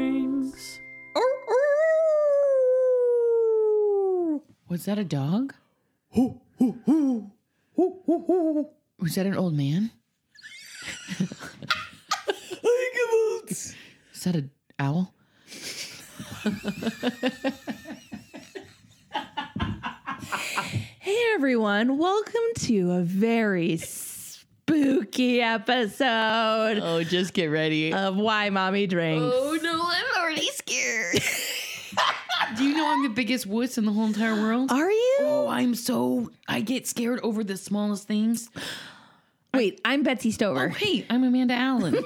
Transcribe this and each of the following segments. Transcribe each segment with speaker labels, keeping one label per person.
Speaker 1: dogs?
Speaker 2: Was that a dog? Was that an old man? Is that an owl?
Speaker 1: Hey everyone, welcome to a very spooky episode
Speaker 2: Oh, just get ready.
Speaker 1: of Why Mommy Drinks.
Speaker 3: Oh, no, I'm already scared.
Speaker 2: Do you know I'm the biggest wuss in the whole entire world?
Speaker 1: Are you?
Speaker 2: Oh, I'm so I get scared over the smallest things.
Speaker 1: Wait, I'm Betsy
Speaker 3: Oh,
Speaker 1: Stover.
Speaker 2: Hey, I'm Amanda Allen.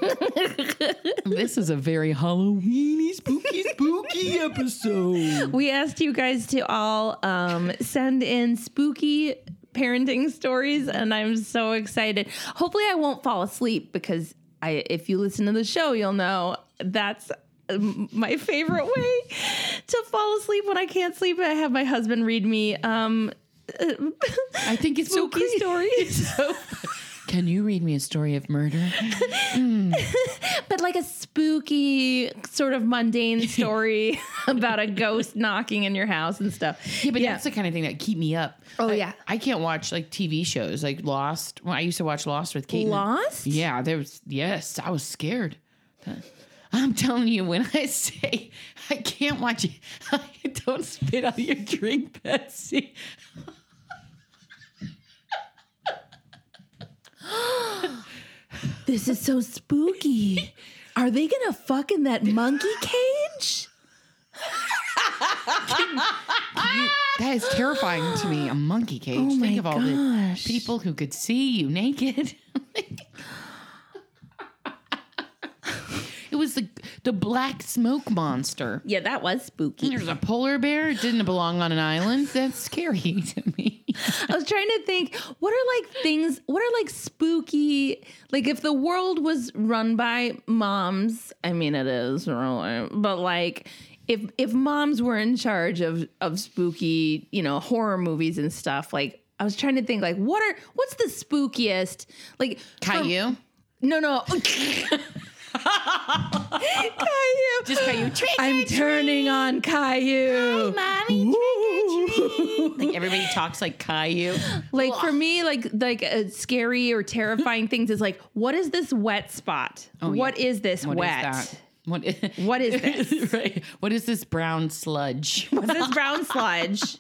Speaker 2: this is a very Halloweeny, spooky, spooky episode.
Speaker 1: We asked you guys to all um, send in spooky parenting stories, and I'm so excited. Hopefully, I won't fall asleep because I, if you listen to the show, you'll know that's um, my favorite way to fall asleep when I can't sleep. I have my husband read me um,
Speaker 2: I think it's so
Speaker 1: spooky
Speaker 2: creepy.
Speaker 1: stories,
Speaker 2: Can you read me a story of murder?
Speaker 1: but like a spooky, sort of mundane story about a ghost knocking in your house and stuff.
Speaker 2: Yeah, but that's the kind of thing that keep me up.
Speaker 1: Oh,
Speaker 2: I-
Speaker 1: yeah.
Speaker 2: I can't watch like TV shows like Lost. Well, I used to watch Lost with Kate. and-
Speaker 1: Lost?
Speaker 2: Yeah, there was. Yes, I was scared. I'm telling you, when I say I can't watch it, I don't spit out your drink, Betsy.
Speaker 1: This is so spooky. Are they gonna fuck in that monkey cage?
Speaker 2: That is terrifying to me. A monkey cage. Oh Think
Speaker 1: my
Speaker 2: of all
Speaker 1: gosh.
Speaker 2: the people who could see you naked. it was the the black smoke monster.
Speaker 1: Yeah, that was spooky.
Speaker 2: There's a polar bear. It didn't belong on an island. That's scary to me.
Speaker 1: I was trying to think what are like things, what are like spooky, like if the world was run by moms, I mean it is really, but like if if moms were in charge of of spooky, you know, horror movies and stuff, like I was trying to think like what are what's the spookiest? Like for-
Speaker 2: Caillou.
Speaker 1: No, no. Caillou.
Speaker 2: Just Caillou. Trick or
Speaker 1: I'm turning on Caillou.
Speaker 2: Mommy, like everybody talks like Caillou.
Speaker 1: Like for me, like like a scary or terrifying things is like, what is this wet spot? What is this
Speaker 2: Oh, What is
Speaker 1: wet?
Speaker 2: that? What is,
Speaker 1: What is this?
Speaker 2: right. What is this brown sludge?
Speaker 1: What's this brown sludge?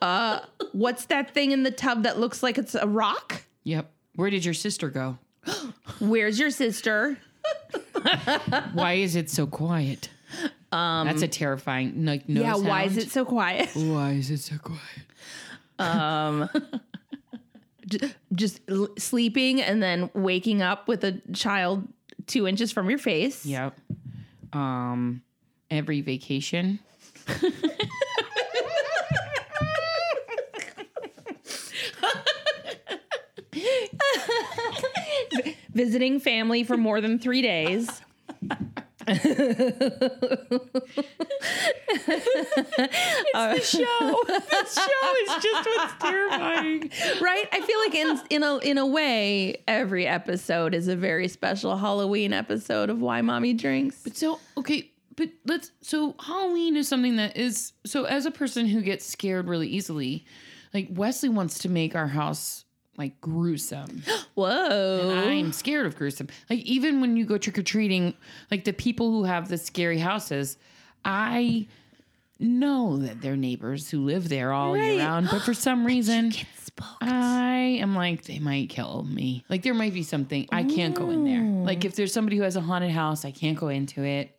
Speaker 1: Uh, what's that thing in the tub that looks like it's a rock?
Speaker 2: Yep. Where did your sister go?
Speaker 1: Where's your sister?
Speaker 2: Why is it so quiet? Um, That's a terrifying. Like, no
Speaker 1: yeah, why is
Speaker 2: sound.
Speaker 1: it so quiet?
Speaker 2: Why is it so quiet?
Speaker 1: Just l- sleeping and then waking up with a child two inches from your face.
Speaker 2: Yep. Um, every vacation.
Speaker 1: visiting family for more than three days.
Speaker 2: It's just what's terrifying.
Speaker 1: right? I feel like in in a in a way, every episode is a very special Halloween episode of Why Mommy Drinks.
Speaker 2: So okay, but let's. So Halloween is something that is. So as a person who gets scared really easily, like Wesley wants to make our house like gruesome.
Speaker 1: Whoa.
Speaker 2: I'm scared of gruesome. Like even when you go trick or treating, like the people who have the scary houses, I know that they're neighbors who live there all
Speaker 1: Right.
Speaker 2: year round. But for some reason,
Speaker 1: Spooked.
Speaker 2: I am like, they might kill me. Like, there might be something. I can't go in there.
Speaker 1: Oh.
Speaker 2: Like, if there's somebody who has a haunted house, I can't go into it.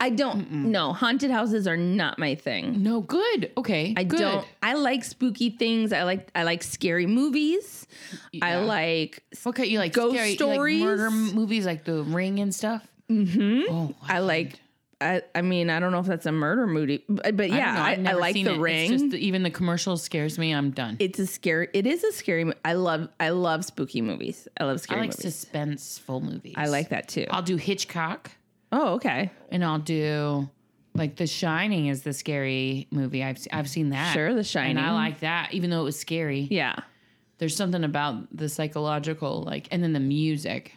Speaker 1: I don't no, haunted houses are not my thing.
Speaker 2: No, good. Okay.
Speaker 1: I
Speaker 2: good.
Speaker 1: don't I like spooky things. I like I like scary movies. I
Speaker 2: Yeah.
Speaker 1: like
Speaker 2: Okay, you like
Speaker 1: Ghost
Speaker 2: scary, you like
Speaker 1: stories?
Speaker 2: murder m- movies like The Ring and stuff. Mm-hmm. Oh,
Speaker 1: I like I, I mean, I don't know if that's a murder movie, but, but yeah, I, I, like the ring.
Speaker 2: It's just that even the commercial scares me. I'm done.
Speaker 1: it's a scary it is a scary mo- i love i love spooky movies i love
Speaker 2: I
Speaker 1: scary
Speaker 2: like
Speaker 1: movies
Speaker 2: suspenseful movies.
Speaker 1: i like that too
Speaker 2: I'll do Hitchcock,
Speaker 1: oh okay
Speaker 2: and I'll do like The Shining is the scary movie. I've se- I've seen that.
Speaker 1: Sure,
Speaker 2: And
Speaker 1: The
Speaker 2: I
Speaker 1: Shining.
Speaker 2: like that, even though it was scary.
Speaker 1: yeah
Speaker 2: there's something about the psychological like and then the music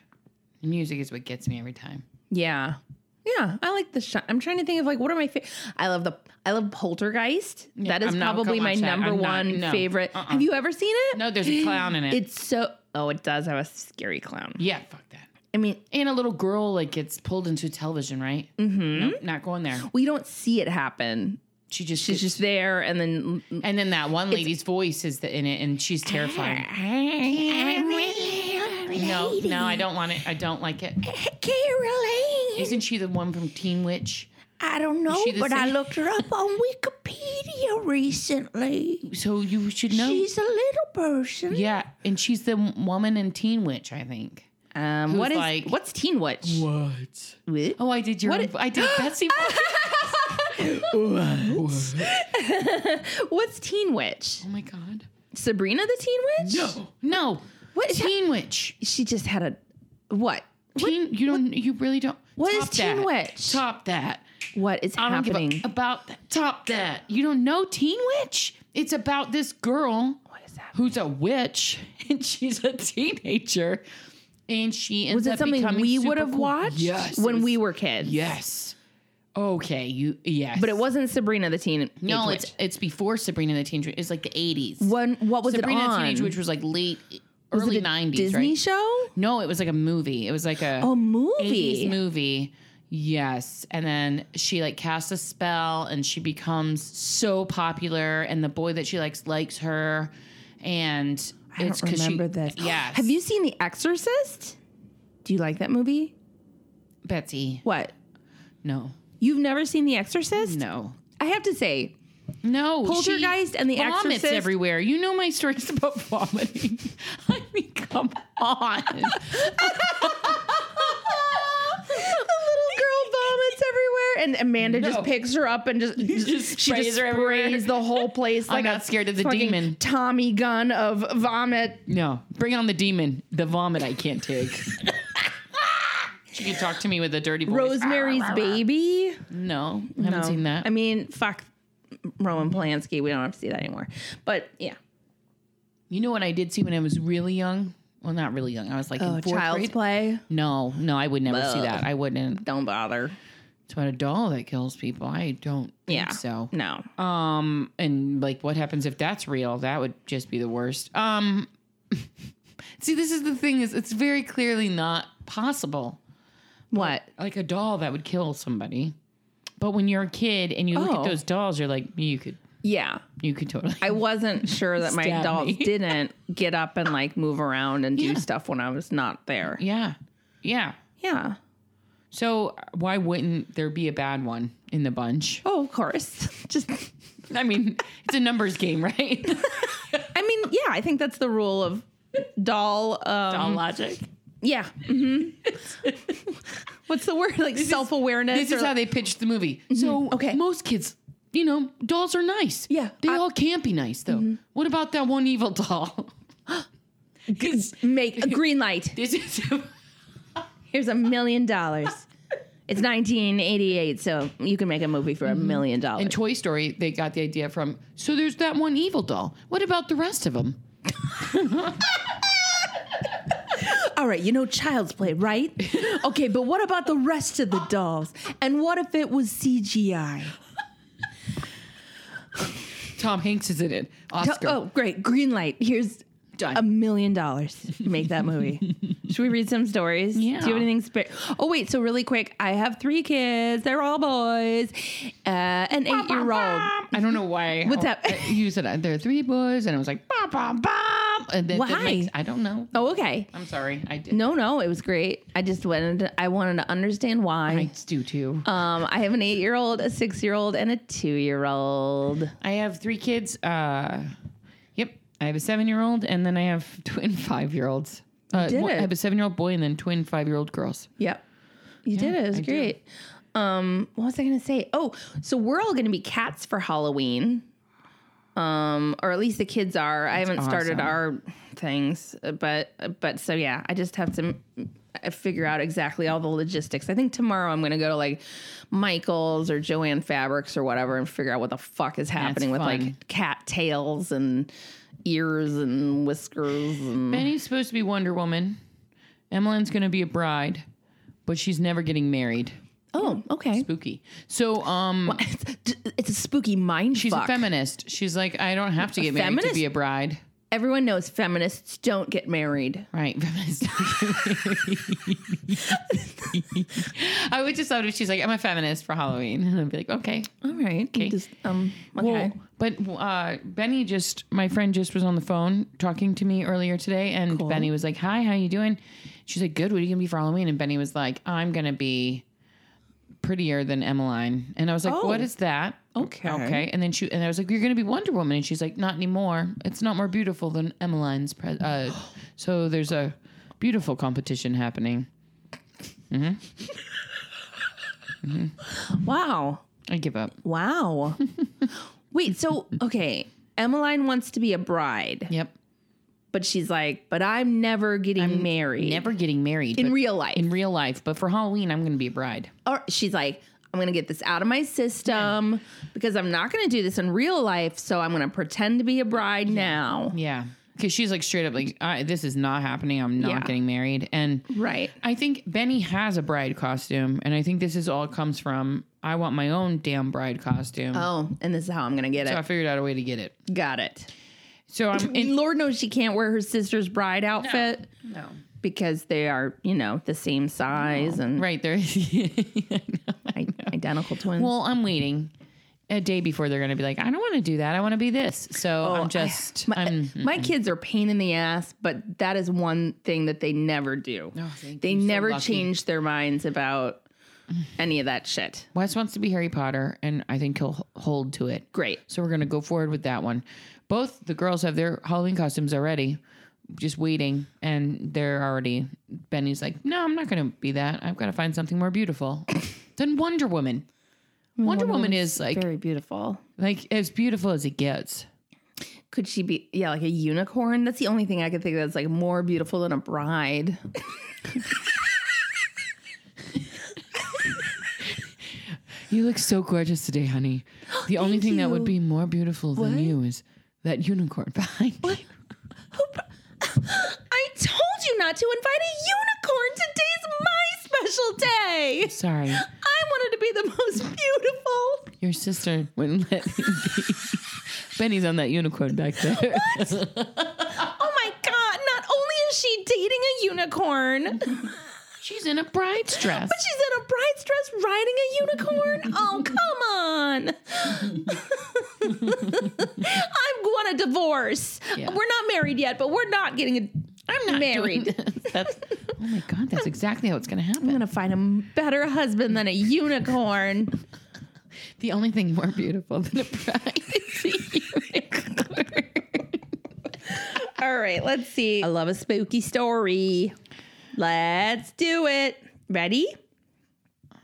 Speaker 2: the music is what gets me every time
Speaker 1: yeah Yeah, I like the. Shi- I'm trying to think of like what are my. Fa- I love the. I love Poltergeist.
Speaker 2: Yeah,
Speaker 1: that is
Speaker 2: I'm not
Speaker 1: probably
Speaker 2: gonna
Speaker 1: my
Speaker 2: watch that.
Speaker 1: number
Speaker 2: I'm not-
Speaker 1: one
Speaker 2: no.
Speaker 1: favorite.
Speaker 2: Uh-uh.
Speaker 1: Have you ever seen it?
Speaker 2: No, there's a clown in it.
Speaker 1: It's so. Oh, it does have a scary clown.
Speaker 2: yeah, fuck that.
Speaker 1: I mean,
Speaker 2: And a little girl like gets pulled into television, right?
Speaker 1: mhm.
Speaker 2: Nope, not going there.
Speaker 1: we don't see it happen.
Speaker 2: She just
Speaker 1: She's
Speaker 2: she's
Speaker 1: just there, and then
Speaker 2: and then that one lady's voice is the, in it, and she's terrifying. No, no, I don't want it. I don't like it.
Speaker 4: Caroline,
Speaker 2: Isn't she the one from Teen Witch?
Speaker 4: I don't know,
Speaker 2: she the
Speaker 4: but I
Speaker 2: same?
Speaker 4: looked her up on Wikipedia recently.
Speaker 2: So you should know.
Speaker 4: She's a little person.
Speaker 2: yeah, and she's the woman in Teen Witch, I think.
Speaker 1: um,
Speaker 2: Who's
Speaker 1: what is
Speaker 2: like-
Speaker 1: what's Teen Witch?
Speaker 2: What?
Speaker 1: What?
Speaker 2: Oh, I did your. I did Betsy.
Speaker 1: What's Teen Witch?
Speaker 2: oh my god.
Speaker 1: Sabrina the Teen Witch?
Speaker 2: No. What? Teen Witch.
Speaker 1: She just had a what?
Speaker 2: Teen. You don't. You really don't.
Speaker 1: What is
Speaker 2: top
Speaker 1: Teen
Speaker 2: that.
Speaker 1: Witch?
Speaker 2: Top that.
Speaker 1: What is
Speaker 2: I don't
Speaker 1: happening?
Speaker 2: give a, about that. Top that. You don't know Teen Witch? It's about this girl
Speaker 1: what is that?
Speaker 2: who's a witch and she's a teenager, and she ends
Speaker 1: Was
Speaker 2: up
Speaker 1: it something
Speaker 2: becoming
Speaker 1: we
Speaker 2: super
Speaker 1: would have
Speaker 2: cool.
Speaker 1: watched
Speaker 2: Yes. it
Speaker 1: when
Speaker 2: was-
Speaker 1: we were kids?
Speaker 2: Yes. Okay. You. Yes.
Speaker 1: But it wasn't Sabrina the Teen.
Speaker 2: No,
Speaker 1: Witch.
Speaker 2: it's it's before Sabrina the Teenage. It's like the eighties.
Speaker 1: when what was
Speaker 2: Sabrina
Speaker 1: it
Speaker 2: the
Speaker 1: on?
Speaker 2: Teenage Witch was like late,
Speaker 1: Was it
Speaker 2: early
Speaker 1: a
Speaker 2: nineties,
Speaker 1: Disney
Speaker 2: right?
Speaker 1: show?
Speaker 2: no, it was like a movie. It was like a
Speaker 1: A
Speaker 2: 80s
Speaker 1: Oh, movie.
Speaker 2: movie. Yes. And then she like casts a spell and she becomes so popular and the boy that she likes likes her and
Speaker 1: I
Speaker 2: it's
Speaker 1: don't
Speaker 2: 'cause
Speaker 1: remember
Speaker 2: she,
Speaker 1: this.
Speaker 2: Yes.
Speaker 1: Have you seen The Exorcist? Do you like that movie?
Speaker 2: Betsy?
Speaker 1: What?
Speaker 2: No.
Speaker 1: You've never seen The Exorcist?
Speaker 2: No.
Speaker 1: I have to say,
Speaker 2: No.
Speaker 1: Poltergeist
Speaker 2: she
Speaker 1: and The
Speaker 2: vomits
Speaker 1: Exorcist.
Speaker 2: everywhere. You know my stories about vomiting. I mean, come on.
Speaker 1: the little girl vomits everywhere, and Amanda
Speaker 2: No.
Speaker 1: just picks her up and just,
Speaker 2: just
Speaker 1: she
Speaker 2: sprays
Speaker 1: just
Speaker 2: her everywhere.
Speaker 1: sprays the whole place
Speaker 2: I'm
Speaker 1: like
Speaker 2: not
Speaker 1: a
Speaker 2: scared of the
Speaker 1: fucking
Speaker 2: demon.
Speaker 1: Tommy gun of vomit.
Speaker 2: No, bring on the demon. The vomit I can't take. she could talk to me with a dirty voice.
Speaker 1: Rosemary's
Speaker 2: Ah,
Speaker 1: Baby.
Speaker 2: No, I haven't
Speaker 1: No.
Speaker 2: seen that.
Speaker 1: I mean, fuck Roman Polanski. We don't have to see that anymore. But yeah,
Speaker 2: you know what I did see when I was really young? Well, not really young. I was like in fourth
Speaker 1: Oh, Child's
Speaker 2: grade.
Speaker 1: Play.
Speaker 2: No, no, I would never see
Speaker 1: Ugh.
Speaker 2: that. I wouldn't.
Speaker 1: Don't bother.
Speaker 2: It's about a doll that kills people. I don't think
Speaker 1: Yeah.
Speaker 2: so.
Speaker 1: No.
Speaker 2: Um, and like, what happens if that's real? That would just be the worst. Um, see, this is the thing: is it's very clearly not possible.
Speaker 1: What?
Speaker 2: like a doll that would kill somebody. But when you're a kid and you look
Speaker 1: Oh.
Speaker 2: at those dolls, you're like, you could,
Speaker 1: Yeah.
Speaker 2: you could totally.
Speaker 1: I wasn't sure that my
Speaker 2: Stab
Speaker 1: dolls
Speaker 2: me.
Speaker 1: didn't get up and like move around and
Speaker 2: Yeah.
Speaker 1: do stuff when I was not there.
Speaker 2: yeah, yeah.
Speaker 1: Yeah.
Speaker 2: So why wouldn't there be a bad one in the bunch?
Speaker 1: Oh, of course. Just
Speaker 2: I mean, it's a numbers game, right?
Speaker 1: I mean, yeah, I think that's the rule of doll um
Speaker 2: Doll logic.
Speaker 1: yeah. Mhm. What's the word? Like self-awareness
Speaker 2: This is
Speaker 1: or-
Speaker 2: how they pitched the movie. So
Speaker 1: Mm-hmm. Okay.
Speaker 2: most kids, you know, dolls are nice.
Speaker 1: Yeah,
Speaker 2: they
Speaker 1: I- Mm-hmm.
Speaker 2: all can't be nice though. What about that one evil doll? 'Cause
Speaker 1: make a green light.
Speaker 2: this is
Speaker 1: Here's a million dollars. It's 1988, so you can make a movie for a million dollars.
Speaker 2: In Toy Story, they got the idea from. So there's that one evil doll. What about the rest of them?
Speaker 1: All right, you know child's play, right? okay, but what about the rest of the dolls? And what if it was CGI?
Speaker 2: Tom Hanks is in it.
Speaker 1: Oh,
Speaker 2: Oscar.
Speaker 1: oh, great. Green light. Here's
Speaker 2: Done.
Speaker 1: a million dollars to make that movie. Should we read some stories?
Speaker 2: Yeah.
Speaker 1: Do you have anything spare? Oh, wait. So, really quick, I have three kids. They're all boys. Uh, an eight year old.
Speaker 2: I don't know why.
Speaker 1: What's
Speaker 2: how-
Speaker 1: up?
Speaker 2: I- You said uh, there are three boys, and I was like, bom, bom, bom. And then,
Speaker 1: Why?
Speaker 2: I don't know.
Speaker 1: Oh, okay.
Speaker 2: I'm sorry. I did.
Speaker 1: No, no, it was great. I just wanted to, I wanted to understand
Speaker 2: I
Speaker 1: why.
Speaker 2: do too.
Speaker 1: Um, I have an eight year old, a six year old, and a two year old.
Speaker 2: I have three kids. Uh, yep. I have a seven year old, and then I have twin five year olds. Uh,
Speaker 1: did
Speaker 2: one-
Speaker 1: it.
Speaker 2: I have a seven year old boy, and then twin five year old girls.
Speaker 1: Yep. You did it. It was great. Um, what was I gonna say? Oh, so we're all gonna be cats for Halloween. Um, or at least the kids are. I haven't
Speaker 2: awesome.
Speaker 1: started our things, but but so yeah, I just have to uh, figure out exactly all the logistics. I think tomorrow I'm gonna go to like Michaels or Joanne Fabrics or whatever and figure out what the fuck is happening with
Speaker 2: fun.
Speaker 1: like cat tails and ears and whiskers and
Speaker 2: Benny's supposed to be Wonder Woman. Emmeline's going to be a bride, but she's never getting married.
Speaker 1: Oh, okay.
Speaker 2: Spooky. So, um,
Speaker 1: It's, it's a spooky mind
Speaker 2: she's
Speaker 1: fuck.
Speaker 2: a feminist. She's like, I don't have to get married
Speaker 1: feminist?
Speaker 2: to be a bride.
Speaker 1: Everyone knows feminists don't get married.
Speaker 2: Right. Feminist. I would just thought if she's like, I'm a feminist for Halloween. And I'd be like, okay.
Speaker 1: All right. Okay. um, okay.
Speaker 2: Well, but uh, Benny just, my friend just was on the phone talking to me earlier today, and Benny was like, "Hi, how you doing?" She's like, "Good. What are you gonna be for Halloween?" And Benny was like, "I'm gonna be prettier than Emmeline." And I was like,
Speaker 1: Oh.
Speaker 2: "What is that?"
Speaker 1: Okay.
Speaker 2: okay. And then she, and I was like, "You're gonna be Wonder Woman," and she's like, "Not anymore. It's not more beautiful than Emmeline's." Pre- uh, so there's a beautiful competition happening.
Speaker 1: wow.
Speaker 2: I give up.
Speaker 1: Wow. Wait, so okay, Emmeline wants to be a bride,
Speaker 2: Yep.
Speaker 1: but she's like, but I'm never getting married.
Speaker 2: Never getting married
Speaker 1: in
Speaker 2: but-
Speaker 1: real life.
Speaker 2: In real life, but for Halloween, I'm gonna be a bride.
Speaker 1: or she's like, I'm gonna get this out of my system because I'm not gonna do this in real life, so I'm gonna pretend to be a bride now.
Speaker 2: Yeah. Because she's like straight up like, I, this is not happening. I'm not
Speaker 1: Yeah.
Speaker 2: getting married. And
Speaker 1: Right.
Speaker 2: I think Benny has a bride costume. And I think this is all it comes from. I want my own damn bride costume.
Speaker 1: Oh, and this is how I'm gonna get
Speaker 2: So I
Speaker 1: it.
Speaker 2: figured out a way to get it.
Speaker 1: Got it.
Speaker 2: So I'm in.
Speaker 1: And Lord knows she can't wear her sister's bride outfit
Speaker 2: No.
Speaker 1: because they are, you know, the same size and
Speaker 2: Right there. I know.
Speaker 1: i- identical twins.
Speaker 2: well, I'm waiting a day before they're going to be like, I don't want to do that. I want to be this. So I'm just,
Speaker 1: My,
Speaker 2: I'm.
Speaker 1: my kids are pain in the ass, but that is one thing that they never do.
Speaker 2: Oh, thank
Speaker 1: they
Speaker 2: you. So
Speaker 1: never
Speaker 2: lucky.
Speaker 1: change their minds about any of that shit.
Speaker 2: Wes wants to be Harry Potter, and I think he'll h- hold to it.
Speaker 1: Great.
Speaker 2: So we're going to go forward with that one. Both the girls have their Halloween costumes already, just waiting, and they're already. Benny's like, no, I'm not going to be that. I've got to find something more beautiful than Wonder Woman. Wonder, Woman is like
Speaker 1: Very beautiful.
Speaker 2: like as beautiful as it gets.
Speaker 1: Could she be, yeah, like a unicorn? That's the only thing I could think of that's like more beautiful than a bride.
Speaker 2: You look so gorgeous today, honey. The only thing that would
Speaker 1: you.
Speaker 2: be more beautiful than you is that unicorn behind you.
Speaker 1: I told you not to invite a unicorn. Today's my special day.
Speaker 2: Sorry,
Speaker 1: I wanted to be the most beautiful.
Speaker 2: your sister wouldn't let me be. Benny's on that unicorn back there.
Speaker 1: Oh my God. Not only is she dating a unicorn,
Speaker 2: She's in a bride's dress.
Speaker 1: She's in a bride's dress riding a unicorn? Oh, come on. I want a divorce.
Speaker 2: Yeah.
Speaker 1: We're not married yet, but we're not getting a. I'm not married.
Speaker 2: that's oh my god, that's exactly how it's gonna
Speaker 1: I'm
Speaker 2: happen.
Speaker 1: going to find a better husband than a unicorn.
Speaker 2: The only thing more beautiful than a bride is a unicorn.
Speaker 1: All right, let's see. I love a spooky story. Let's do it. Ready? Oh my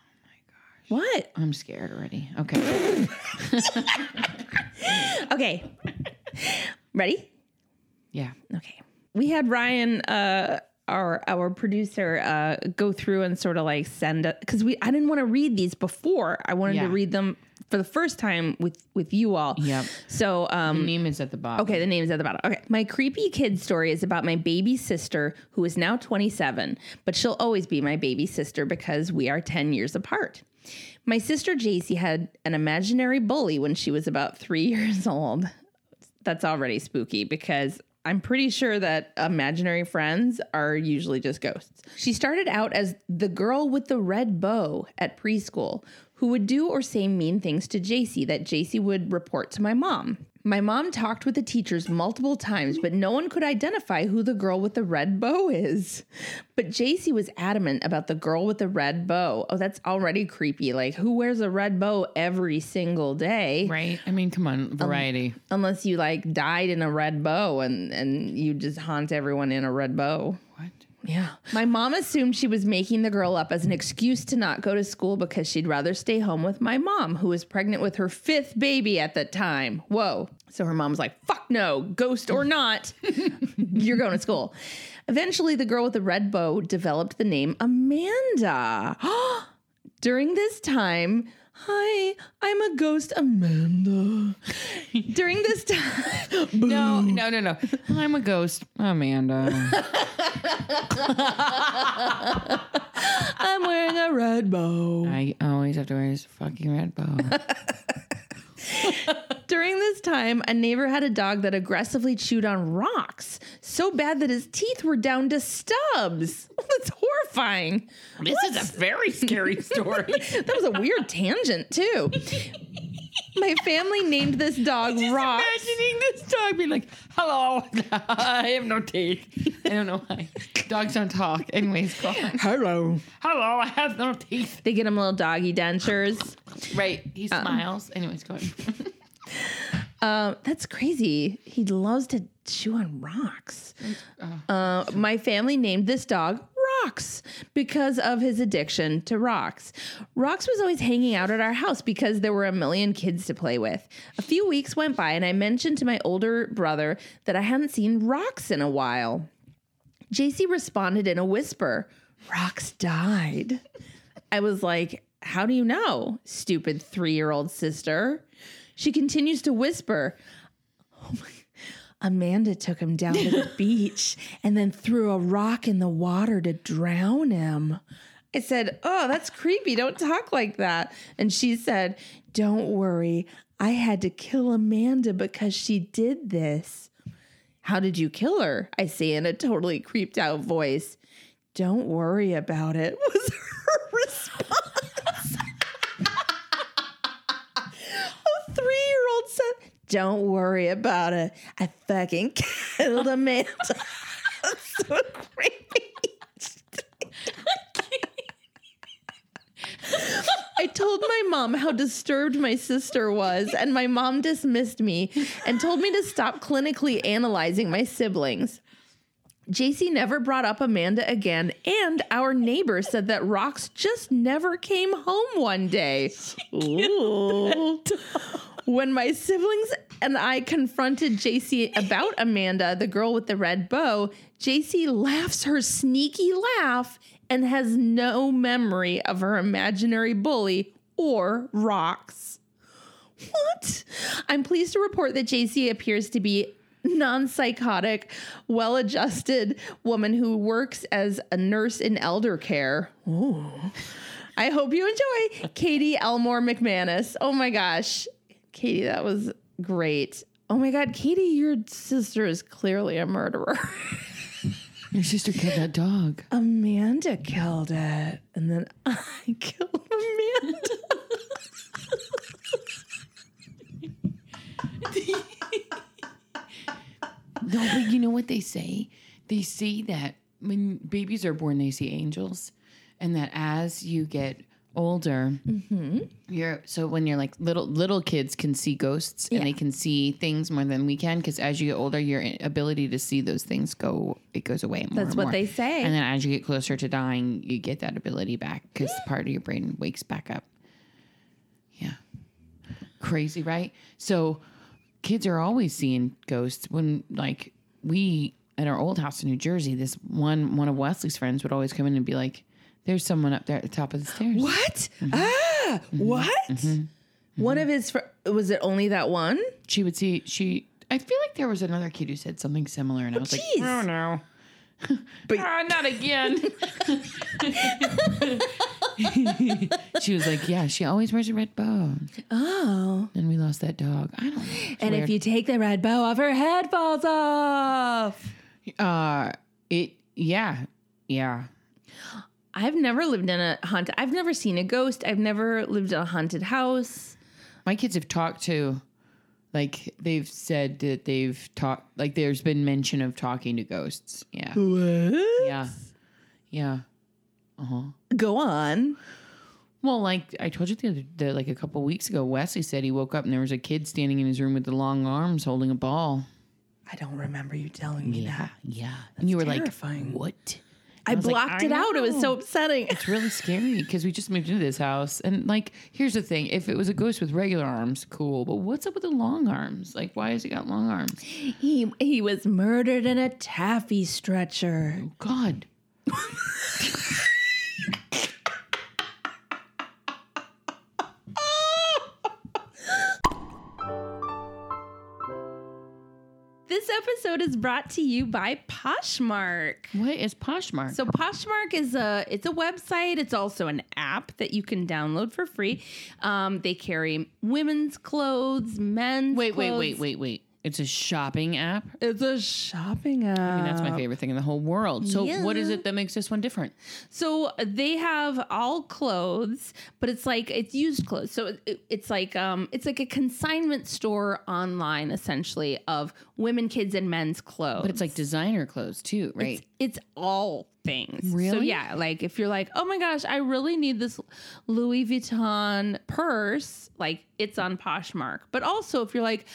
Speaker 1: gosh. What?
Speaker 2: I'm scared already. Okay.
Speaker 1: Okay. Ready?
Speaker 2: Yeah.
Speaker 1: Okay. We had Ryan, uh, our our producer, uh, go through and sort of like send because we I didn't want to read these before. I wanted
Speaker 2: Yeah.
Speaker 1: to read them for the first time with with you all.
Speaker 2: Yep.
Speaker 1: So um,
Speaker 2: Name is at the bottom.
Speaker 1: Okay, the name's at the bottom. Okay. My creepy kid story is about my baby sister who is now 27, but she'll always be my baby sister because we are 10 years apart. My sister JC had an imaginary bully when she was about three years old. That's already spooky because I'm pretty sure that imaginary friends are usually just ghosts. She started out as the girl with the red bow at preschool who would do or say mean things to JC that JC would report to my mom. My mom talked with the teachers multiple times, but no one could identify who the girl with the red bow is. But JC was adamant about the girl with the red bow. Oh, that's already creepy. Like, who wears a red bow every single day?
Speaker 2: Right? I mean, come on, variety.
Speaker 1: Unless you like died in a red bow and, and you just haunt everyone in a red bow.
Speaker 2: what?
Speaker 1: Yeah. My mom assumed she was making the girl up as an excuse to not go to school because she'd rather stay home with my mom, who was pregnant with her fifth baby at the time. Whoa. So her mom's like, fuck no, ghost or not, you're going to school. Eventually, the girl with the red bow developed the name Amanda. During this time, hi, I'm a ghost Amanda. During this time,
Speaker 2: No, no, no, no. I'm a ghost, Amanda.
Speaker 1: I'm I'm wearing a red bow.
Speaker 2: I always have to wear this fucking red bow.
Speaker 1: During this time, a neighbor had a dog that aggressively chewed on rocks so bad that his teeth were down to stubs. That's horrifying.
Speaker 2: this is a very scary story.
Speaker 1: That was a weird tangent, too. My family named this dog Rocks.
Speaker 2: Imagining this dog being like, "Hello, I have no teeth. I don't know why dogs don't talk." Anyways, go on.
Speaker 1: Hello.
Speaker 2: hello, I have no teeth. Uh-uh.
Speaker 1: They get him little doggy dentures.
Speaker 2: Right? He smiles. Anyways, go on.
Speaker 1: Uh, that's crazy. He loves to chew on rocks. Uh, my family named this dog Rocks because of his addiction to rocks. Rocks was always hanging out at our house because there were a million kids to play with. A few weeks went by, and I mentioned to my older brother that I hadn't seen Rocks in a while. JC responded in a whisper Rocks died. I was like, How do you know, stupid three year old sister? She continues to whisper, oh my, Amanda took him down to the beach and then threw a rock in the water to drown him. I said, Oh, that's creepy. Don't talk like that. And she said, Don't worry. I had to kill Amanda because she did this. How did you kill her? I say in a totally creeped out voice. Don't worry about it, was her response. A three year old said, Don't worry about it. I fucking killed Amanda. That's so creepy. I told my mom how disturbed my sister was, and my mom dismissed me and told me to stop clinically analyzing my siblings. JC never brought up Amanda again, and our neighbor said that Rox just never came home one day. Ooh. When my siblings and I confronted JC about Amanda, the girl with the red bow, JC laughs her sneaky laugh and has no memory of her imaginary bully or Rox. What? I'm pleased to report that JC appears to be non-psychotic, well-adjusted woman who works as a nurse in elder care. Ooh. I hope you enjoy Katie Elmore McManus. Oh my gosh. Katie, that was great. Oh my god, Katie, your sister is clearly a murderer.
Speaker 2: Your sister killed that dog.
Speaker 1: Amanda killed it. And then I killed Amanda.
Speaker 2: No, but you know what they say? They say that when babies are born, they see angels, and that as you get older,
Speaker 1: Mm-hmm.
Speaker 2: you're so when you're like little little kids can see ghosts and they can see things more than we can because as you get older, your ability to see those things go it goes away. More
Speaker 1: That's
Speaker 2: and
Speaker 1: what
Speaker 2: more.
Speaker 1: they say.
Speaker 2: And then as you get closer to dying, you get that ability back because part of your brain wakes back up. Yeah. Crazy, right? So kids are always seeing ghosts when like we at our old house in New Jersey, this one one of Wesley's friends would always come in and be like, There's someone up there at the top of the stairs.
Speaker 1: What? Ah, what? Mm-hmm. One of his fr- was it only that one?
Speaker 2: She would see she I feel like there was another kid who said something similar and I was
Speaker 1: jeez.
Speaker 2: like, Oh no.
Speaker 1: But-
Speaker 2: Ah, not again. she was like, Yeah, she always wears a red bow.
Speaker 1: Oh,
Speaker 2: And we lost that dog. I don't know. It's
Speaker 1: and
Speaker 2: weird.
Speaker 1: if you take the red bow off, her head falls off.
Speaker 2: uh it yeah. Yeah.
Speaker 1: I've never lived in a haunted. I've never seen a ghost. I've never lived in a haunted house.
Speaker 2: my kids have talked to like they've said that they've talked like there's been mention of talking to ghosts yeah yeah yeah Uh-huh.
Speaker 1: Go on.
Speaker 2: well like i told you the other the, like a couple weeks ago wesley said he woke up and there was a kid standing in his room with the long arms holding a ball
Speaker 1: I don't remember you telling me that.
Speaker 2: yeah and you were
Speaker 1: terrifying.
Speaker 2: like what
Speaker 1: I,
Speaker 2: was like,
Speaker 1: blocked
Speaker 2: I
Speaker 1: it out. It was
Speaker 2: know.
Speaker 1: so upsetting.
Speaker 2: it's really scary because we just moved into this house and like here's the thing if it was a ghost with regular arms cool but what's up with the long arms like why has he got long arms
Speaker 1: He he was murdered in a taffy stretcher.
Speaker 2: God.
Speaker 1: This This episode is brought to you by Poshmark.
Speaker 2: What is Poshmark?
Speaker 1: So Poshmark is a it's a website. It's also an app that you can download for free. Um, they carry women's clothes, men's.
Speaker 2: wait, wait, wait,
Speaker 1: clothes.
Speaker 2: wait, wait. It's a shopping app.
Speaker 1: It's a shopping app.
Speaker 2: I mean, that's my favorite thing in the whole world. So, what is
Speaker 1: Uh, yeah.
Speaker 2: it that makes this one different?
Speaker 1: So uh, they have all clothes, but it's like it's used clothes. So it- it, it's like um it's like a consignment store online essentially of women, kids, and men's clothes.
Speaker 2: But it's like designer clothes too, right?
Speaker 1: It's, it's all things. So
Speaker 2: Really?
Speaker 1: yeah, like if you're like, oh my gosh, I really need this Louis Vuitton purse, like it's on Poshmark. But also if you're like,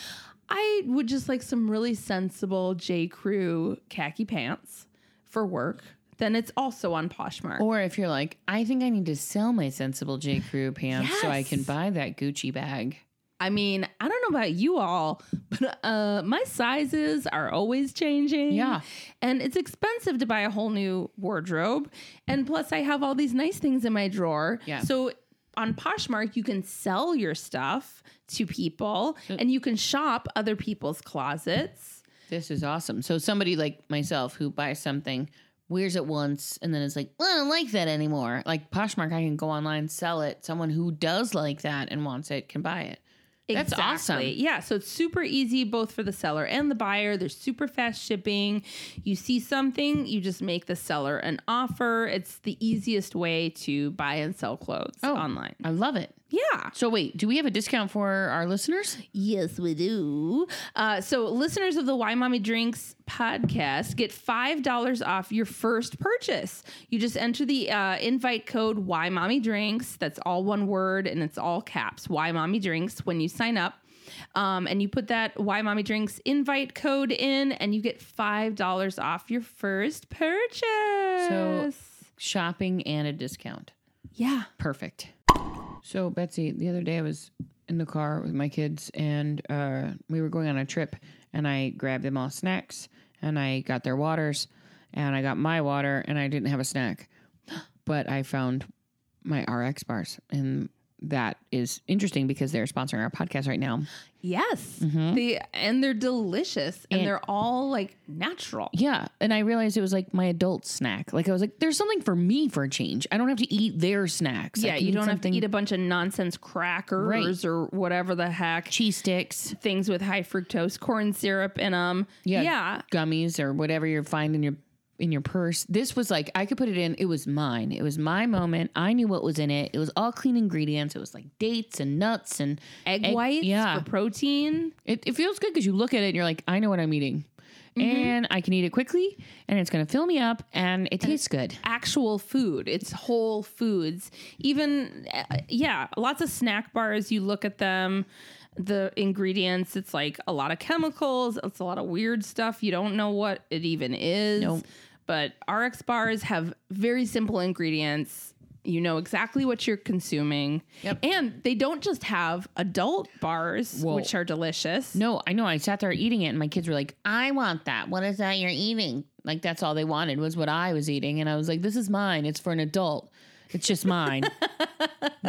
Speaker 1: I would just like some really sensible J. Crew khaki pants for work, then it's also on Poshmark.
Speaker 2: or if you're like, I think I need to sell my sensible J. Crew pants so I can
Speaker 1: Yes.
Speaker 2: buy that Gucci bag.
Speaker 1: I mean, I don't know about you all, but uh, my sizes are always changing.
Speaker 2: Yeah.
Speaker 1: And it's expensive to buy a whole new wardrobe. And plus, I have all these nice things in my drawer.
Speaker 2: Yeah.
Speaker 1: So on Poshmark, you can sell your stuff to people and you can shop other people's closets.
Speaker 2: This is awesome. So somebody like myself who buys something, wears it once, and then is like, well, I don't like that anymore. Like Poshmark, I can go online, sell it. Someone who does like that and wants it can buy it. That's awesome.
Speaker 1: Yeah. So it's super easy both for the seller and the buyer. There's super fast shipping. You see something, you just make the seller an offer. It's the easiest way to buy and sell clothes
Speaker 2: Oh.
Speaker 1: online.
Speaker 2: I love it.
Speaker 1: Yeah.
Speaker 2: So wait, do we have a discount for our listeners?
Speaker 1: Yes, we do. Uh, so, listeners of the Why Mommy Drinks podcast get $5 off your first purchase. You just enter the uh, invite code Why Mommy Drinks. That's all one word and it's all caps Why Mommy Drinks when you sign up. Um, and you put that Why Mommy Drinks invite code in and you get $5 off your first purchase.
Speaker 2: Shopping and a discount.
Speaker 1: yeah.
Speaker 2: Perfect. So, Betsy, the other day I was in the car with my kids and uh, we were going on a trip, and I grabbed them all snacks and I got their waters and I got my water and I didn't have a snack. But I found my RX bars, and that is interesting because they're sponsoring our podcast right now.
Speaker 1: Yes. They, and they're delicious and,
Speaker 2: And-
Speaker 1: they're all like natural.
Speaker 2: Yeah. And I realized it was like my adult snack. Like, I was like, there's something for me for a change. I don't have to eat their snacks. I
Speaker 1: Yeah,
Speaker 2: can
Speaker 1: you don't have to
Speaker 2: something-
Speaker 1: eat a bunch of nonsense crackers
Speaker 2: Right.
Speaker 1: or whatever the heck
Speaker 2: cheese sticks.
Speaker 1: things with high fructose corn syrup in them.
Speaker 2: yeah,
Speaker 1: yeah,
Speaker 2: gummies or whatever you're finding your in your purse. This was like I could put it in. It was mine. It was my moment. I knew what was in it. It was all clean ingredients. It was like dates and nuts and
Speaker 1: egg, whites
Speaker 2: Yeah,
Speaker 1: for protein.
Speaker 2: it, it feels good because you look at it and you're like, I know what I'm eating, and I can eat it quickly, and it's gonna fill me up, and it tastes good.
Speaker 1: Actual food. It's whole foods. Even uh, yeah, lots of snack bars. You look at them, the ingredients. It's like a lot of chemicals. It's a lot of weird stuff. You don't know what it even is.
Speaker 2: Nope.
Speaker 1: But RX bars have very simple ingredients. You know exactly what you're consuming.
Speaker 2: Yep.
Speaker 1: And they don't just have adult bars,
Speaker 2: Whoa.
Speaker 1: which are delicious.
Speaker 2: No, I know. I sat there eating it, and my kids were like, I want that. What is that you're eating? Like, that's all they wanted was what I was eating. And I was like, this is mine. It's for an adult, it's just mine.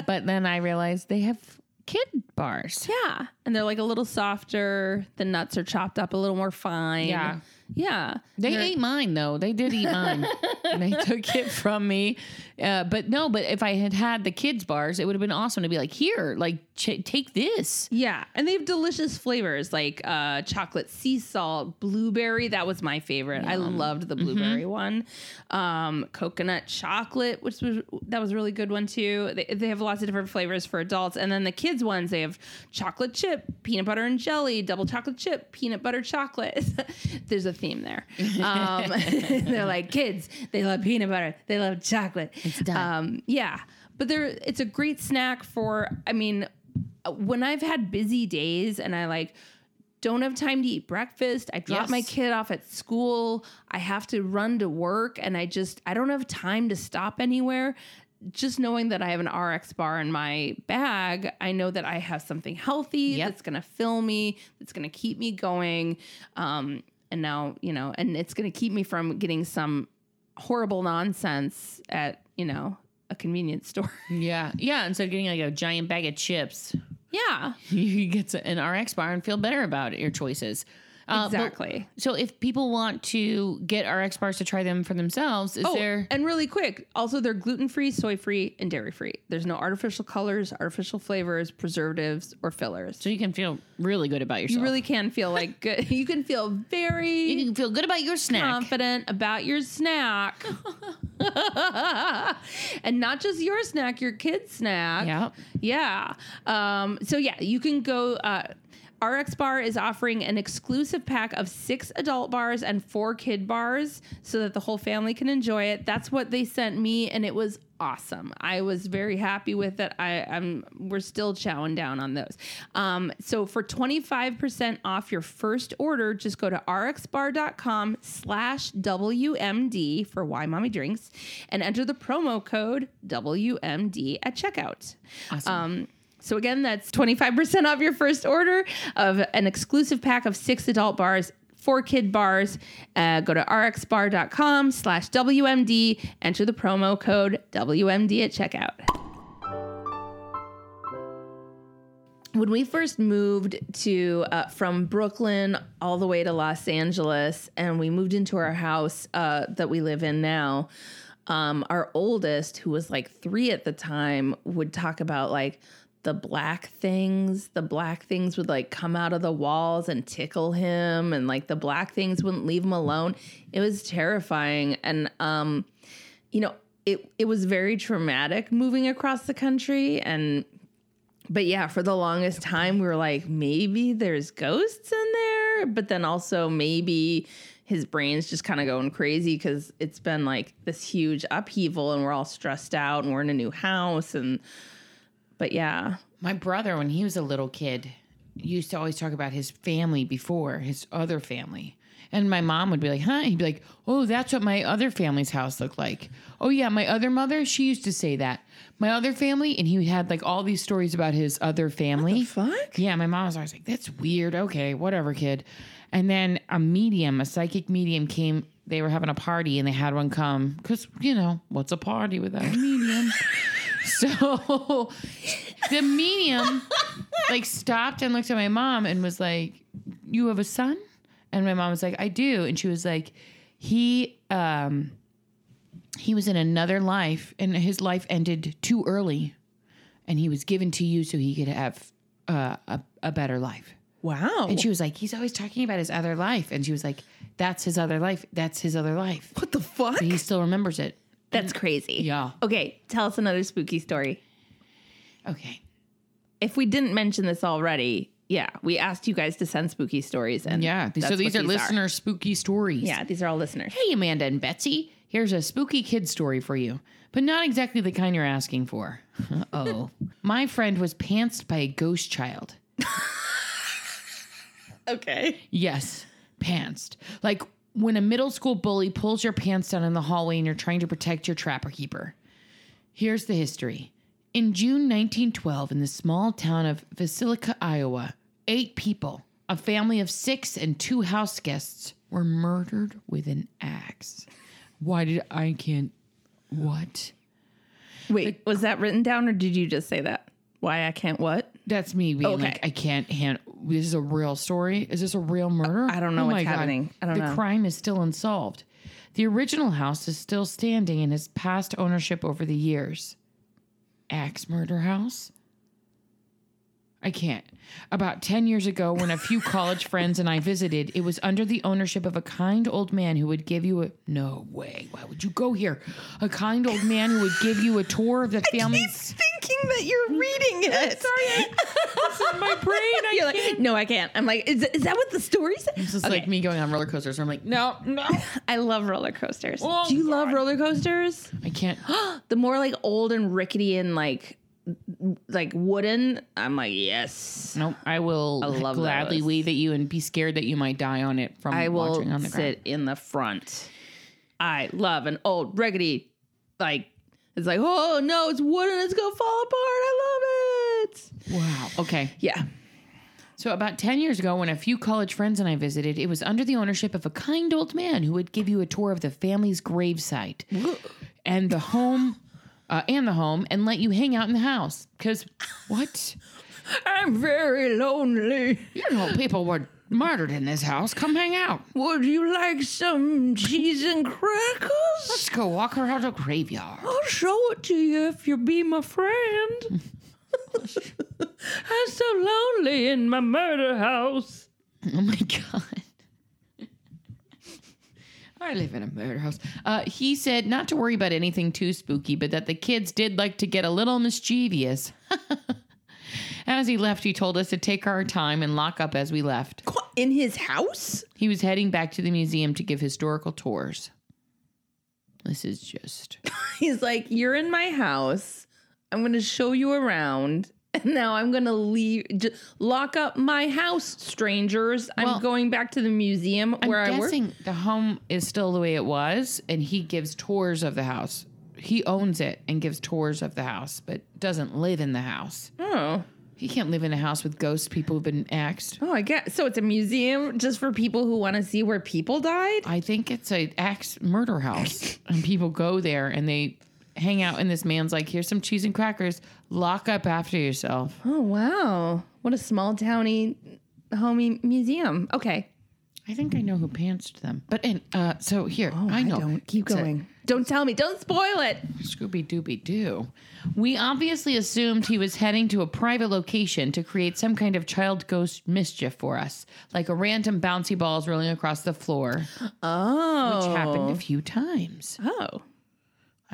Speaker 2: but then I realized they have kid bars.
Speaker 1: Yeah. And they're like a little softer. The nuts are chopped up a little more fine.
Speaker 2: Yeah.
Speaker 1: Yeah.
Speaker 2: They ate mine though. They did eat mine. And they took it from me. Uh, but no, but if I had had the kids' bars, it would have been awesome to be like, here, like, ch- take this.
Speaker 1: Yeah. And they have delicious flavors like uh, chocolate sea salt, blueberry. That was my favorite. I loved the blueberry one. Um, coconut chocolate, which was that was a really good one too. They, they have lots of different flavors for adults. And then the kids ones, they have chocolate chip, peanut butter and jelly, double chocolate chip, peanut butter chocolate. There's a theme there. Um, they're like kids, they love peanut butter, they love chocolate. Um, yeah. But they're, it's a great snack for, I mean, uh, when I've had busy days and I like don't have time to eat breakfast, I drop
Speaker 2: Yes.
Speaker 1: my kid off at school, I have to run to work and I just I don't have time to stop anywhere. Just knowing that I have an RX bar in my bag, I know that I have something healthy
Speaker 2: Yep.
Speaker 1: that's going to fill me, that's going to keep me going. Um and now, you know, and it's going to keep me from getting some horrible nonsense at, you know, a convenience store.
Speaker 2: Yeah. Yeah. Instead of getting like a giant bag of chips.
Speaker 1: yeah.
Speaker 2: you get to an RX bar and feel better about your choices. Uh, but-
Speaker 1: exactly.
Speaker 2: so if people want to get our X bars to try them for themselves, is
Speaker 1: Oh,
Speaker 2: there?
Speaker 1: and really quick, also they're gluten free, soy free, and dairy free. There's no artificial colors, artificial flavors, preservatives, or fillers.
Speaker 2: So you can feel really good about yourself.
Speaker 1: you really can feel like good. You can feel
Speaker 2: you
Speaker 1: very
Speaker 2: can feel good about your snack.
Speaker 1: confident about your snack, and not just your snack, your kid's snack.
Speaker 2: Yep.
Speaker 1: Yeah. Um, so yeah, you can go. Uh, RX Bar is offering an exclusive pack of six adult bars and four kid bars so that the whole family can enjoy it. That's what they sent me, and it was awesome. I was very happy with it. I, I'm we're still chowing down on those. Um, so for 25% off your first order, just go to rxbar.com slash WMD for Why Mommy Drinks and enter the promo code WMD at checkout. Um, so again, that's 25% off your first order of an exclusive pack of six adult bars, four kid bars. Uh, go to rxbar.com slash WMD, enter the promo code WMD at checkout. When we first moved to uh, from Brooklyn all the way to Los Angeles, and we moved into our house uh, that we live in now, um, our oldest, who was like three at the time, would talk about like the black things. The black things would like come out of the walls and tickle him, and like the black things wouldn't leave him alone. It was terrifying, and um, you know, it it was very traumatic moving across the country and. But yeah, for the longest time, we were like, maybe there's ghosts in there, but then also maybe his brain's just kind of going crazy because it's been like this huge upheaval and we're all stressed out and we're in a new house. And, but yeah,
Speaker 2: My brother, when he was a little kid, used to always talk about his family before his other family. And my mom would be like, huh? He'd be like, oh, that's what my other family's house looked like. Oh, yeah, my other mother, she used to say that. My other family, and he had like all these stories about his other family.
Speaker 1: fuck?
Speaker 2: Yeah, my mom was always like, that's weird. Okay, whatever, kid. And then a medium, a psychic medium came. They were having a party and they had one come because, you know, what's a party without a medium? so the medium like stopped and looked at my mom and was like, You have a son? And my mom was like, I do. And she was like, He, um, he was in another life and his life ended too early and he was given to you so he could have uh, a, a better life.
Speaker 1: Wow.
Speaker 2: And she was like, he's always talking about his other life. And she was like, that's his other life. That's his other life.
Speaker 1: what the fuck?
Speaker 2: He still remembers it.
Speaker 1: That's crazy.
Speaker 2: Yeah.
Speaker 1: Okay, tell us another spooky story.
Speaker 2: Okay.
Speaker 1: If we didn't mention this already, yeah, we asked you guys to send spooky stories. And
Speaker 2: Yeah.
Speaker 1: that's
Speaker 2: so these
Speaker 1: what
Speaker 2: are listener spooky stories.
Speaker 1: Yeah, these are all listeners.
Speaker 2: Hey, Amanda and Betsy. Here's a spooky kid story for you, but not exactly the kind you're asking for. oh. My friend was pantsed by a ghost child.
Speaker 1: Okay.
Speaker 2: Yes, pantsed. Like when a middle school bully pulls your pants down in the hallway and you're trying to protect your trapper keeper. Here's the history. In June 1912, in the small town of Basilica, Iowa, eight people, a family of six and two house guests, were murdered with an axe. Why did I can't? What?
Speaker 1: Wait, was that written down or did you just say that? Why I can't what?
Speaker 2: That's me being
Speaker 1: Okay.
Speaker 2: like, I can't hand. This is a real story. Is this a real murder? Oh
Speaker 1: I don't know what's happening. I don't
Speaker 2: the
Speaker 1: know.
Speaker 2: crime is still unsolved. The original house is still standing and has passed ownership over the years. Axe murder house? I can't. About 10 years ago, when a few college friends and I visited, it was under the ownership of a kind old man who would give you a. No way. Why would you go here? A kind old man who would give you a tour of the family's.
Speaker 1: thinking that you're reading it. sorry.
Speaker 2: in my brain. I
Speaker 1: you're like, no, I can't. I'm like, is, is that what the story said?
Speaker 2: It's just like me going on roller coasters. I'm like, no, no,
Speaker 1: I love roller coasters.
Speaker 2: Oh,
Speaker 1: Do you love roller coasters?
Speaker 2: I can't.
Speaker 1: The more like old and rickety and like like wooden, I'm like, yes.
Speaker 2: Nope. I will
Speaker 1: love
Speaker 2: gladly
Speaker 1: those.
Speaker 2: wave at you and be scared that you might die on it from
Speaker 1: I will
Speaker 2: watching on the ground.
Speaker 1: sit in Mm, the front. I love an old rickety, like it's like, oh no, it's wooden, it's gonna fall apart. I love it.
Speaker 2: Wow. Okay.
Speaker 1: Yeah.
Speaker 2: So about 10 years ago, when a few college friends and I visited, it was under the ownership of a kind old man who would give you a tour of the family's gravesite and the home. Uh, and the home, and let you hang out in the house. Because what?
Speaker 1: I'm very lonely.
Speaker 2: You know, people would martyred in this house. Come hang out.
Speaker 1: Would you like some cheese and crackers?
Speaker 2: Let's go walk her out of graveyard.
Speaker 1: I'll show it to you if you be my friend. I'm so lonely in my murder house.
Speaker 2: Oh my god. I live in a murder house. Uh, he said not to worry about anything too spooky, but that the kids did like to get a little mischievous. as he left, he told us to take our time and lock up as we left.
Speaker 1: In his house?
Speaker 2: He was heading back to the museum to give historical tours. This is just.
Speaker 1: He's like, You're in my house. I'm going to show you around. And now I'm going to leave. J- lock up my house, strangers.
Speaker 2: Well,
Speaker 1: I'm going back to the museum
Speaker 2: I'm
Speaker 1: where I work.
Speaker 2: guessing the home is still the way it was, and he gives tours of the house. He owns it and gives tours of the house, but doesn't live in the house.
Speaker 1: Oh.
Speaker 2: He can't live in a house with ghosts, people who've been axed.
Speaker 1: Oh, I guess. So it's a museum just for people who want to see where people died?
Speaker 2: I think it's a axe murder house, and people go there and they hang out. And this man's like, "Here's some cheese and crackers. Lock up after yourself."
Speaker 1: Oh, wow. What a small towny, homey museum. Okay.
Speaker 2: I think I know who pantsed them. But and uh, so here, I know.
Speaker 1: Oh, don't. Keep
Speaker 2: It's a-
Speaker 1: going. Don't tell me. Don't spoil it.
Speaker 2: Scooby Dooby Doo. We obviously assumed he was heading to a private location to create some kind of child ghost mischief for us, like a random bouncy balls rolling across the floor,
Speaker 1: Oh.
Speaker 2: which happened a few times.
Speaker 1: Oh.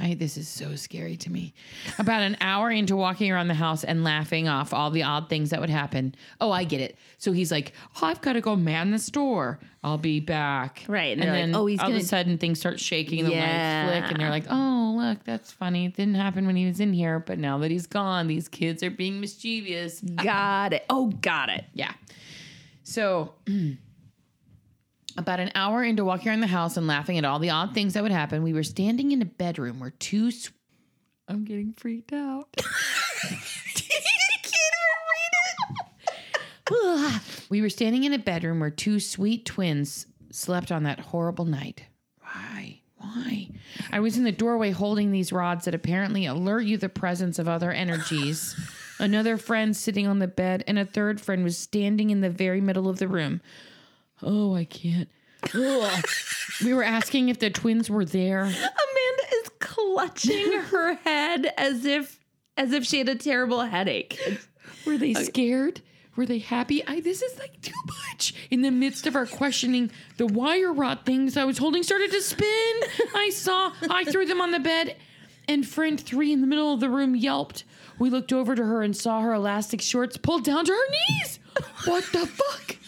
Speaker 2: I, this is so scary to me. About an hour into walking around the house and laughing off all the odd things that would happen. Oh, I get it. So he's like, oh, I've got to go man this door. I'll be back.
Speaker 1: Right,
Speaker 2: And,
Speaker 1: and they're like,
Speaker 2: then
Speaker 1: "Oh, he's
Speaker 2: all of a
Speaker 1: gonna-
Speaker 2: sudden things start shaking. The
Speaker 1: Yeah.
Speaker 2: lights flick. And they're like, oh, look, that's funny. It didn't happen when he was in here. But now that he's gone, these kids are being mischievous.
Speaker 1: Got it. Oh, got it.
Speaker 2: Yeah. So about an hour into walking around the house and laughing at all the odd things that would happen, we were standing in a bedroom where two. Sw- I'm getting freaked out. Ugh. we were standing in a bedroom where two sweet twins slept on that horrible night. Why? Why? I was in the doorway holding these rods that apparently alert you the presence of other energies. Another friend sitting on the bed, and a third friend was standing in the very middle of the room. Oh, I can't. Ugh. we were asking if the twins were there.
Speaker 1: Amanda is clutching her head as if as if she had a terrible headache.
Speaker 2: Were they scared? Were they happy? I this is like too much. In the midst of our questioning, the wire rod things I was holding started to spin. I saw, I threw them on the bed, and friend three in the middle of the room yelped. We looked over to her and saw her elastic shorts pulled down to her knees. What the fuck?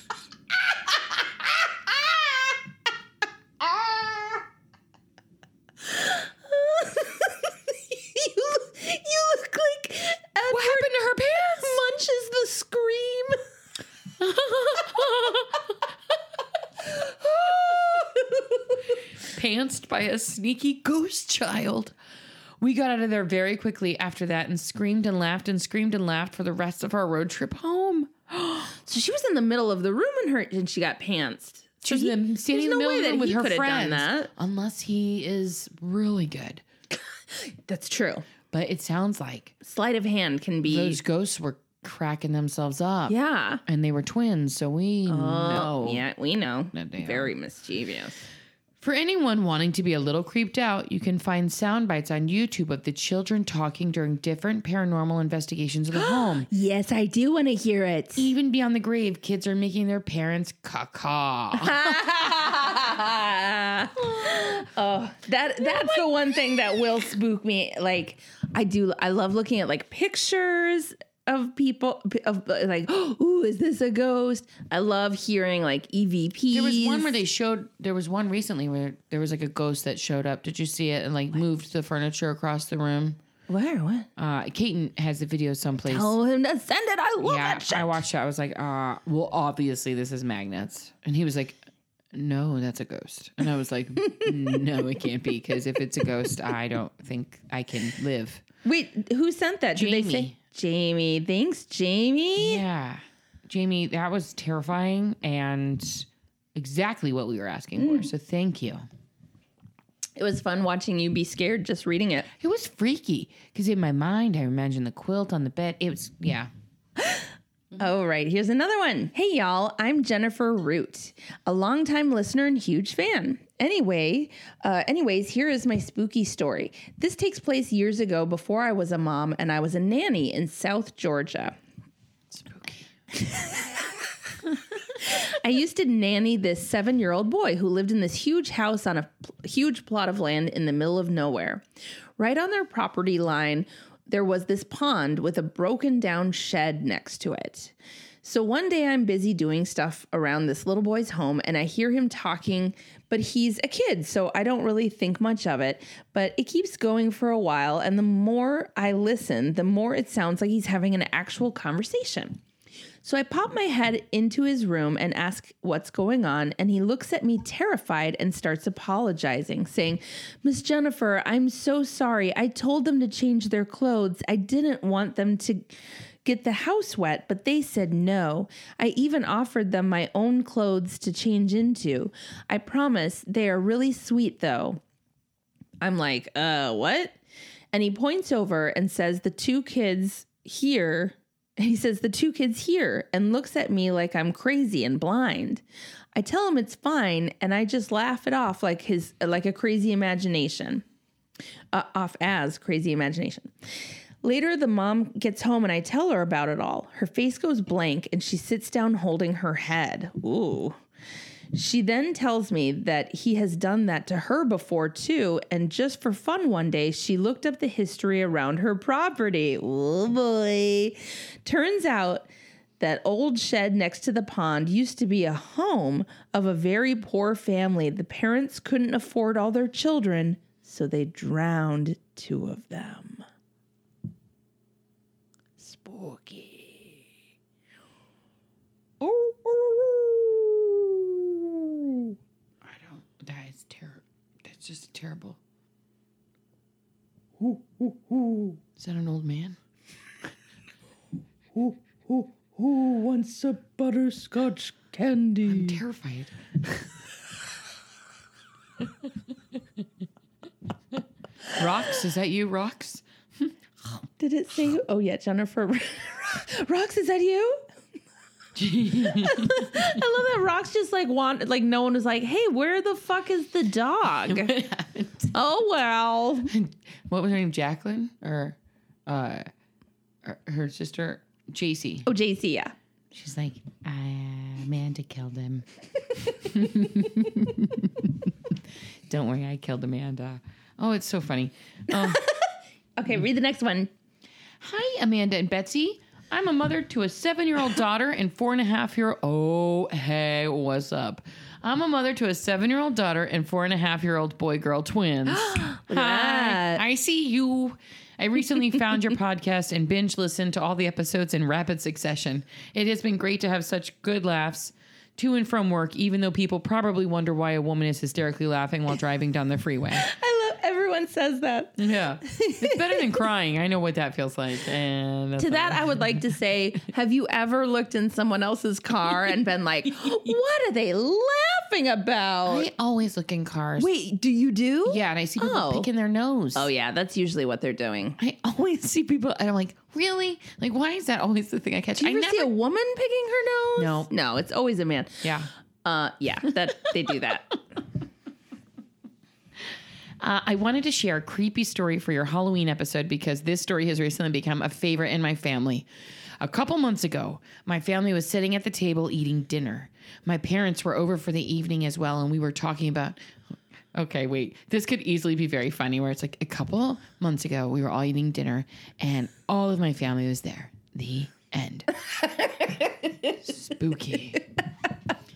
Speaker 1: you, you look like Edward
Speaker 2: What happened to her pants?
Speaker 1: Munches the scream.
Speaker 2: pantsed by a sneaky ghost child. We got out of there very quickly after that and screamed and laughed and screamed and laughed for the rest of our road trip home.
Speaker 1: So she was in the middle of the room and her and she got pantsed.
Speaker 2: She was
Speaker 1: he-
Speaker 2: in- standing in the
Speaker 1: there's no
Speaker 2: middle
Speaker 1: way
Speaker 2: of the
Speaker 1: that
Speaker 2: room with
Speaker 1: he
Speaker 2: her
Speaker 1: could have
Speaker 2: friends,
Speaker 1: done that.
Speaker 2: unless he is really good.
Speaker 1: That's true.
Speaker 2: But it sounds like
Speaker 1: Sleight of hand can be
Speaker 2: those ghosts were cracking themselves up,
Speaker 1: Yeah. Oh,
Speaker 2: and they were twins, so we know.
Speaker 1: Yeah, we know.
Speaker 2: No, they are.
Speaker 1: Very mischievous.
Speaker 2: For anyone wanting to be a little creeped out, you can find sound bites on YouTube of the children talking during different paranormal investigations of the home.
Speaker 1: Yes, I do want to hear it.
Speaker 2: Even beyond the grave, kids are making their parents caca.
Speaker 1: oh, that that's the one thing that will spook me. Like I do I love looking at like pictures of people of like ooh is this a ghost? I love hearing like E EVPs.
Speaker 2: there was one where they showed. There was one recently where there was like a ghost that showed up. Did you see it? And like moved the furniture across the room.
Speaker 1: Where what?
Speaker 2: Uh, Kaiten has the video someplace.
Speaker 1: Tell him to Oh, send it. I love
Speaker 2: yeah,
Speaker 1: that shit.
Speaker 2: I watched it. I was like, uh, well, obviously this is magnets. And he was like, no, that's a ghost. And I was like, no, it can't be. Because if it's a ghost, I don't think I can live.
Speaker 1: Wait, who sent that? Did they say
Speaker 2: Jamie.
Speaker 1: Jamie? Thanks, Jamie.
Speaker 2: Yeah. Jamie, that was terrifying and exactly what we were asking
Speaker 1: Mm.
Speaker 2: for. So thank you.
Speaker 1: It was fun watching you be scared just reading it.
Speaker 2: It was freaky because in my mind, I imagined the quilt on the bed. It was, yeah.
Speaker 1: All Mm-hmm. Oh, right, here's another one. Hey, y'all, I'm Jennifer Root, a longtime listener and huge fan. Anyway, uh, anyways, here is my spooky story. This takes place years ago before I was a mom and I was a nanny in South Georgia. I used to nanny this seven year old boy who lived in this huge house on a pl- huge plot of land in the middle of nowhere. Right on their property line, there was this pond with a broken down shed next to it. So one day I'm busy doing stuff around this little boy's home and I hear him talking, but he's a kid, so I don't really think much of it. But it keeps going for a while, and the more I listen, the more it sounds like he's having an actual conversation. So I pop my head into his room and ask what's going on, and he looks at me terrified and starts apologizing, saying, Miss Jennifer, I'm so sorry. I told them to change their clothes. I didn't want them to get the house wet, but they said no. I even offered them my own clothes to change into. I promise they are really sweet, though. I'm like, uh, what? And he points over and says, the two kids here. And he says, the two kids here, and looks at me like I'm crazy and blind. I tell him it's fine, and I just laugh it off like his like a crazy imagination. Uh, off as crazy imagination. Later, the mom gets home and I tell her about it all. Her face goes blank and she sits down holding her head. Ooh. She then tells me that he has done that to her before too, and just for fun one day, she looked up the history around her property. Oh boy. Turns out that old shed next to the pond used to be a home of a very poor family. The parents couldn't afford all their children, so they drowned two of them. Spooky.
Speaker 2: I don't. That is terrible. That's just terrible. Is that an old man?
Speaker 1: Who wants a butterscotch candy?
Speaker 2: Terrified. Rocks, is that you, Rocks?
Speaker 1: Did it say? Oh yeah, Jennifer. Rox, is that you? I love that Rox just like want like no one was like, hey, where the fuck is the dog? oh well.
Speaker 2: what was her name? Jacqueline or uh, her- her sister JC?
Speaker 1: Oh JC, yeah.
Speaker 2: She's like, Amanda killed him. Don't worry, I killed Amanda. Oh, it's so funny. Um,
Speaker 1: Okay, read the next one.
Speaker 2: Hi, Amanda and Betsy. I'm a mother to a seven year old daughter and four and a half year Oh, hey, what's up? I'm a mother to a seven year old daughter and four and a half year old boy girl twins. Hi,
Speaker 1: that.
Speaker 2: I see you. I recently found your podcast and binge listened to all the episodes in rapid succession. It has been great to have such good laughs to and from work, even though people probably wonder why a woman is hysterically laughing while driving down the freeway.
Speaker 1: I love everyone says that.
Speaker 2: Yeah. It's better than crying. I know what that feels like. And that's
Speaker 1: To
Speaker 2: all.
Speaker 1: that I would like to say, have you ever looked in someone else's car and been like, what are they laughing about?
Speaker 2: I always look in cars.
Speaker 1: Wait, do you do?
Speaker 2: Yeah, and I see people
Speaker 1: Oh.
Speaker 2: picking their nose.
Speaker 1: Oh yeah, that's usually what they're doing.
Speaker 2: I always see people, and I'm like, really? Like, why is that always the thing I catch?
Speaker 1: Do you
Speaker 2: I
Speaker 1: ever see a woman picking her nose? No, it's always a man.
Speaker 2: yeah.
Speaker 1: Uh, yeah, that they do that.
Speaker 2: Uh, I wanted to share a creepy story for your Halloween episode because this story has recently become a favorite in my family. A couple months ago, my family was sitting at the table eating dinner. My parents were over for the evening as well, and we were talking about. Okay, wait. This could easily be very funny where it's like a couple months ago, we were all eating dinner, and all of my family was there. The end. Spooky.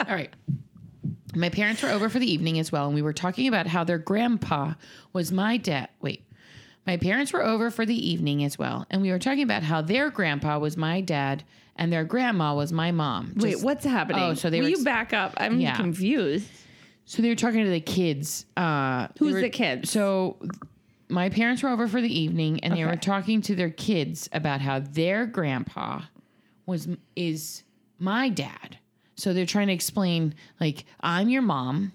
Speaker 2: All right. My parents were over for the evening as well, and we were talking about how their grandpa was my dad. Wait. My parents were over for the evening as well, and we were talking about how their grandpa was my dad and their grandma was my mom.
Speaker 1: Wait,
Speaker 2: Just-
Speaker 1: what's happening?
Speaker 2: Oh, so they
Speaker 1: Will
Speaker 2: were
Speaker 1: you
Speaker 2: ex-
Speaker 1: back up? I'm
Speaker 2: Yeah.
Speaker 1: confused.
Speaker 2: So they were talking to the kids. Uh, they
Speaker 1: Who's
Speaker 2: were-
Speaker 1: the kids?
Speaker 2: So my parents were over for the evening, and they were talking to their kids about how their grandpa was is my dad. So they're trying to explain, like, I'm your mom,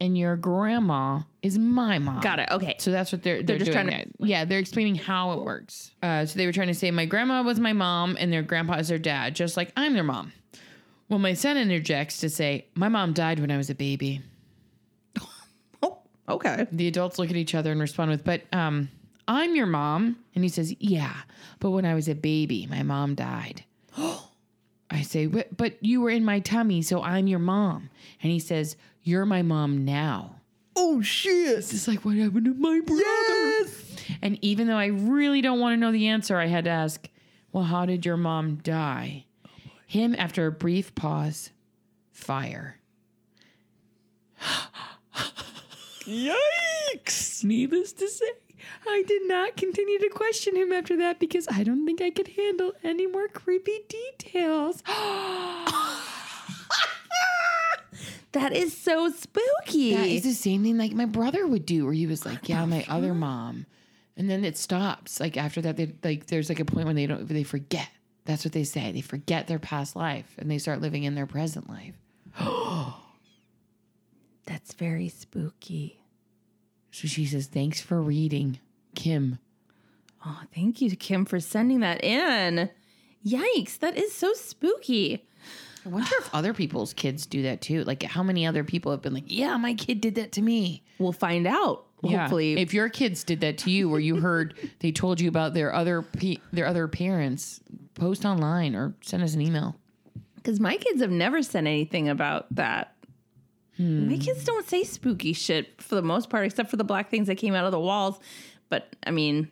Speaker 2: and your grandma is my mom.
Speaker 1: Got it. Okay.
Speaker 2: So that's what they're they're,
Speaker 1: just
Speaker 2: doing
Speaker 1: trying
Speaker 2: it. yeah they're explaining how it works. Uh, so they were trying to say my grandma was my mom and their grandpa is their dad, just like I'm their mom. Well, my son interjects to say my mom died when I was a baby.
Speaker 1: Oh, okay.
Speaker 2: The adults look at each other and respond with, "But um, I'm your mom," and he says, "Yeah, but when I was a baby, my mom died." I say, "But but you were in my tummy, so I'm your mom," and he says, "You're my mom now."
Speaker 1: Oh shit.
Speaker 2: It's like, what happened to my brother? And even though I really don't want to know the answer, I had to ask, well, how did your mom die?
Speaker 1: Oh,
Speaker 2: Him, after a brief pause, fire. Yikes! Needless to say, I did not continue to question him after that because I don't think I could handle any more creepy details.
Speaker 1: That is so spooky.
Speaker 2: That is the same thing like my brother would do, where he was like, "Yeah, my other mom," and then it stops. Like after that, they like there's like a point when they don't they forget. That's what they say. They forget their past life and they start living in their present life.
Speaker 1: That's very spooky.
Speaker 2: So she says, "Thanks for reading, Kim."
Speaker 1: Oh, thank you, Kim, for sending that in. Yikes, that is so spooky.
Speaker 2: I wonder if other people's kids do that too. Like how many other people have been like, "Yeah, my kid did that to me."
Speaker 1: We'll find out. Hopefully.
Speaker 2: if your kids did that to you, or you heard they told you about their other pe- their other parents, post online or send us an email.
Speaker 1: Because my kids have never said anything about that. My kids don't say spooky shit for the most part, except for the black things that came out of the walls. But I mean,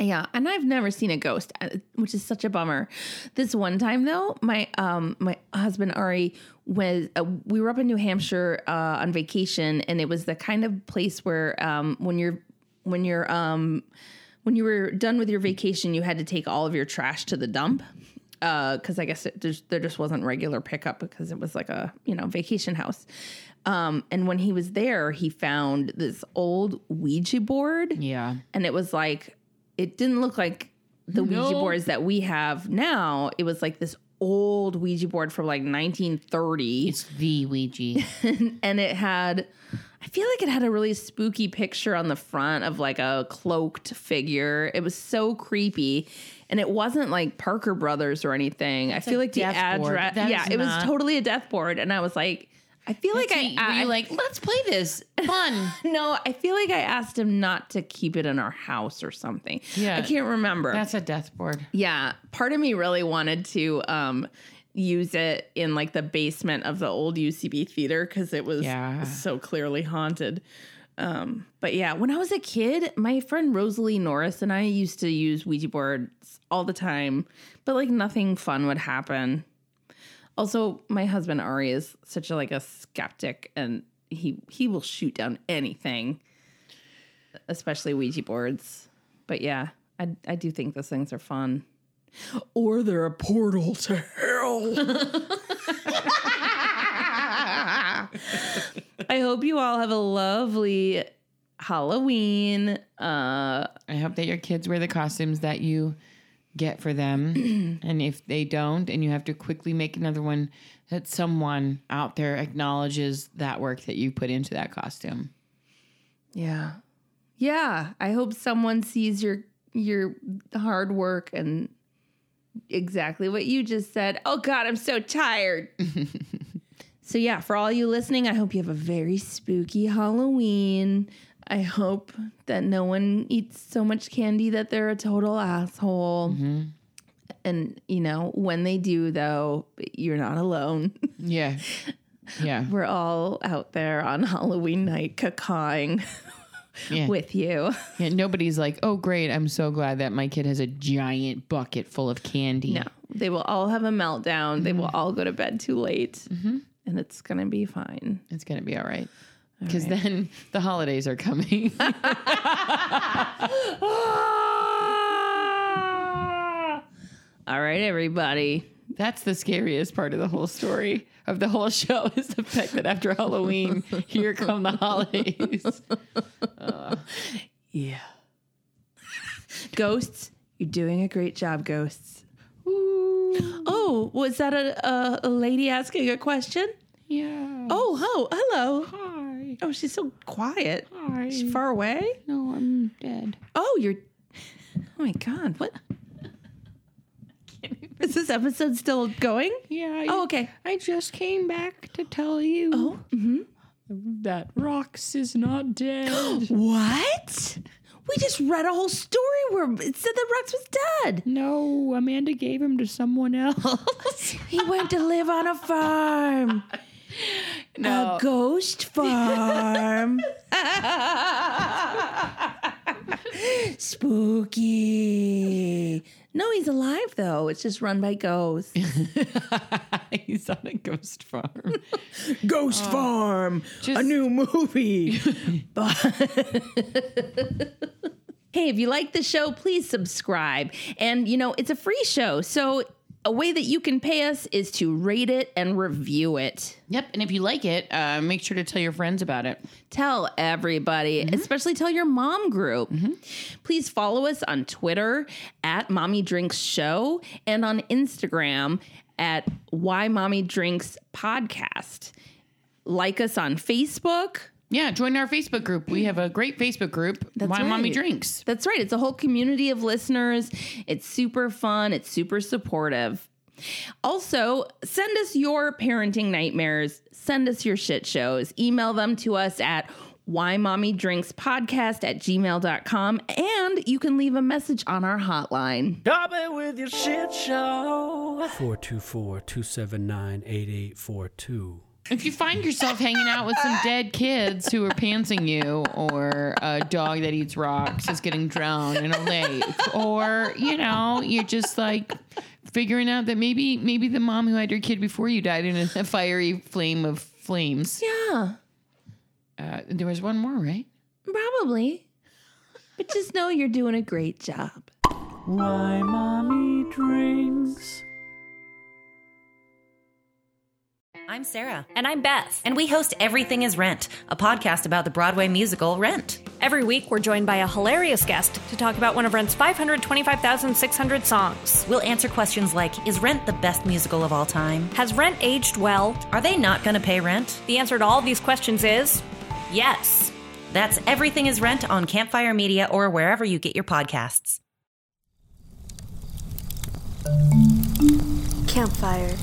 Speaker 1: yeah, and I've never seen a ghost, uh, which is such a bummer. This one time though, my um my husband Ari was uh, we were up in New Hampshire uh, on vacation, and it was the kind of place where um when you're when you're um when you were done with your vacation, you had to take all of your trash to the dump because I guess it just, there just wasn't regular pickup because it was like a you know vacation house. Um, and when he was there, he found this old Ouija board,
Speaker 2: Yeah.
Speaker 1: and it was like it didn't look like the Ouija
Speaker 2: No.
Speaker 1: boards that we have now. It was like this old Ouija board from like 1930
Speaker 2: It's the Ouija.
Speaker 1: and it had I feel like it had a really spooky picture on the front of like a cloaked figure. It was so creepy. And it wasn't like Parker Brothers or anything. I feel like the
Speaker 2: death board.
Speaker 1: address
Speaker 2: That
Speaker 1: Yeah,
Speaker 2: is
Speaker 1: it was
Speaker 2: not-
Speaker 1: totally a death board. And I was like, I feel like I,
Speaker 2: See, were
Speaker 1: I
Speaker 2: you like, let's play this fun.
Speaker 1: no, I feel like I asked him not to keep it in our house or something.
Speaker 2: Yeah.
Speaker 1: I can't remember.
Speaker 2: That's a death board.
Speaker 1: Yeah, part of me really wanted to um use it in like the basement of the old UCB theater cuz it was
Speaker 2: Yeah.
Speaker 1: so clearly haunted. Um but yeah, when I was a kid, my friend Rosalie Norris and I used to use Ouija boards all the time, but like nothing fun would happen. Also, my husband Ari is such a like a skeptic and he he will shoot down anything, especially Ouija boards. But yeah, I I do think those things are fun. Or they're a portal to hell. I hope you all have a lovely Halloween. Uh
Speaker 2: I hope that your kids wear the costumes that you get for them. and if they don't, and you have to quickly make another one, that someone out there acknowledges that work that you put into that costume.
Speaker 1: yeah. Yeah, I hope someone sees your your hard work and exactly what you just said. Oh god, I'm so tired. so yeah, for all you listening, I hope you have a very spooky Halloween. I hope that no one eats so much candy that they're a total asshole. And you know, when they do though, you're not alone.
Speaker 2: Yeah. Yeah.
Speaker 1: We're all out there on Halloween night cacawing
Speaker 2: Yeah.
Speaker 1: with you.
Speaker 2: yeah. Nobody's like, oh, great. I'm so glad that my kid has a giant bucket full of candy.
Speaker 1: No, they will all have a meltdown. They will all go to bed too late. And it's going to be fine.
Speaker 2: It's going to be all right. Because then the holidays are coming.
Speaker 1: All right, everybody.
Speaker 2: That's the scariest part of the whole story of the whole show is the fact that after Halloween, here come the holidays.
Speaker 1: Yeah. ghosts, you're doing a great job, ghosts. Oh, was that a, a, a lady asking a question?
Speaker 2: Yeah.
Speaker 1: Oh, oh, hello.
Speaker 2: Hi. sorry.
Speaker 1: Oh, she's so quiet.
Speaker 2: Sorry.
Speaker 1: She's far away.
Speaker 2: No, I'm dead.
Speaker 1: Oh, you're. Oh my God. What? Is this episode still going?
Speaker 2: Yeah. I,
Speaker 1: Oh, okay.
Speaker 2: I just came back to tell you
Speaker 1: Oh, hmm
Speaker 2: that Rox is not dead.
Speaker 1: What? We just read a whole story where it said that Rex was dead.
Speaker 2: no, Amanda gave him to someone else.
Speaker 1: He went to live on a farm, a ghost farm. Spooky. No, he's alive though. It's just run by ghosts.
Speaker 2: He's on a ghost farm.
Speaker 1: Ghost Farm, a
Speaker 2: just-
Speaker 1: new movie. But- hey, if you like the show, please subscribe. And you know, it's a free show, so a way that you can pay us is to rate it and review it.
Speaker 2: Yep. And if you like it, uh, make sure to tell your friends about it.
Speaker 1: Tell everybody, especially tell your mom group. Please follow us on Twitter at Mommy Drinks Show and on Instagram at Why Mommy Drinks Podcast. Like us on Facebook.
Speaker 2: Yeah, join our Facebook group. We have a great Facebook group.
Speaker 1: That's
Speaker 2: Why Mommy
Speaker 1: right.
Speaker 2: Drinks.
Speaker 1: That's right. It's a whole community of listeners. It's super fun, it's super supportive. Also, send us your parenting nightmares, send us your shit shows, email them to us at why mommy drinks podcast at gmail.com and you can leave a message on our hotline.
Speaker 5: Coming with your shit show. 424 279 8842.
Speaker 2: If you find yourself hanging out with some dead kids who are pantsing you, or a dog that eats rocks is getting drowned in a lake, or you know, you're just like figuring out that maybe maybe the mom who had your kid before you died in a fiery flame of flames.
Speaker 1: Yeah,
Speaker 2: Uh, there was one more, right?
Speaker 1: probably. But just know you're doing a great job.
Speaker 5: Why mommy drinks.
Speaker 6: I'm Sarah. And I'm Beth. And we host Everything is Rent, a podcast about the Broadway musical Rent.
Speaker 7: Every week, we're joined by a hilarious guest to talk about one of Rent's 525,600 songs.
Speaker 6: We'll answer questions like Is Rent the best musical of all time?
Speaker 7: Has Rent aged well?
Speaker 6: Are they not going to pay rent?
Speaker 7: The answer to all these questions is yes.
Speaker 6: That's Everything is Rent on Campfire Media or wherever you get your podcasts.
Speaker 8: Campfire.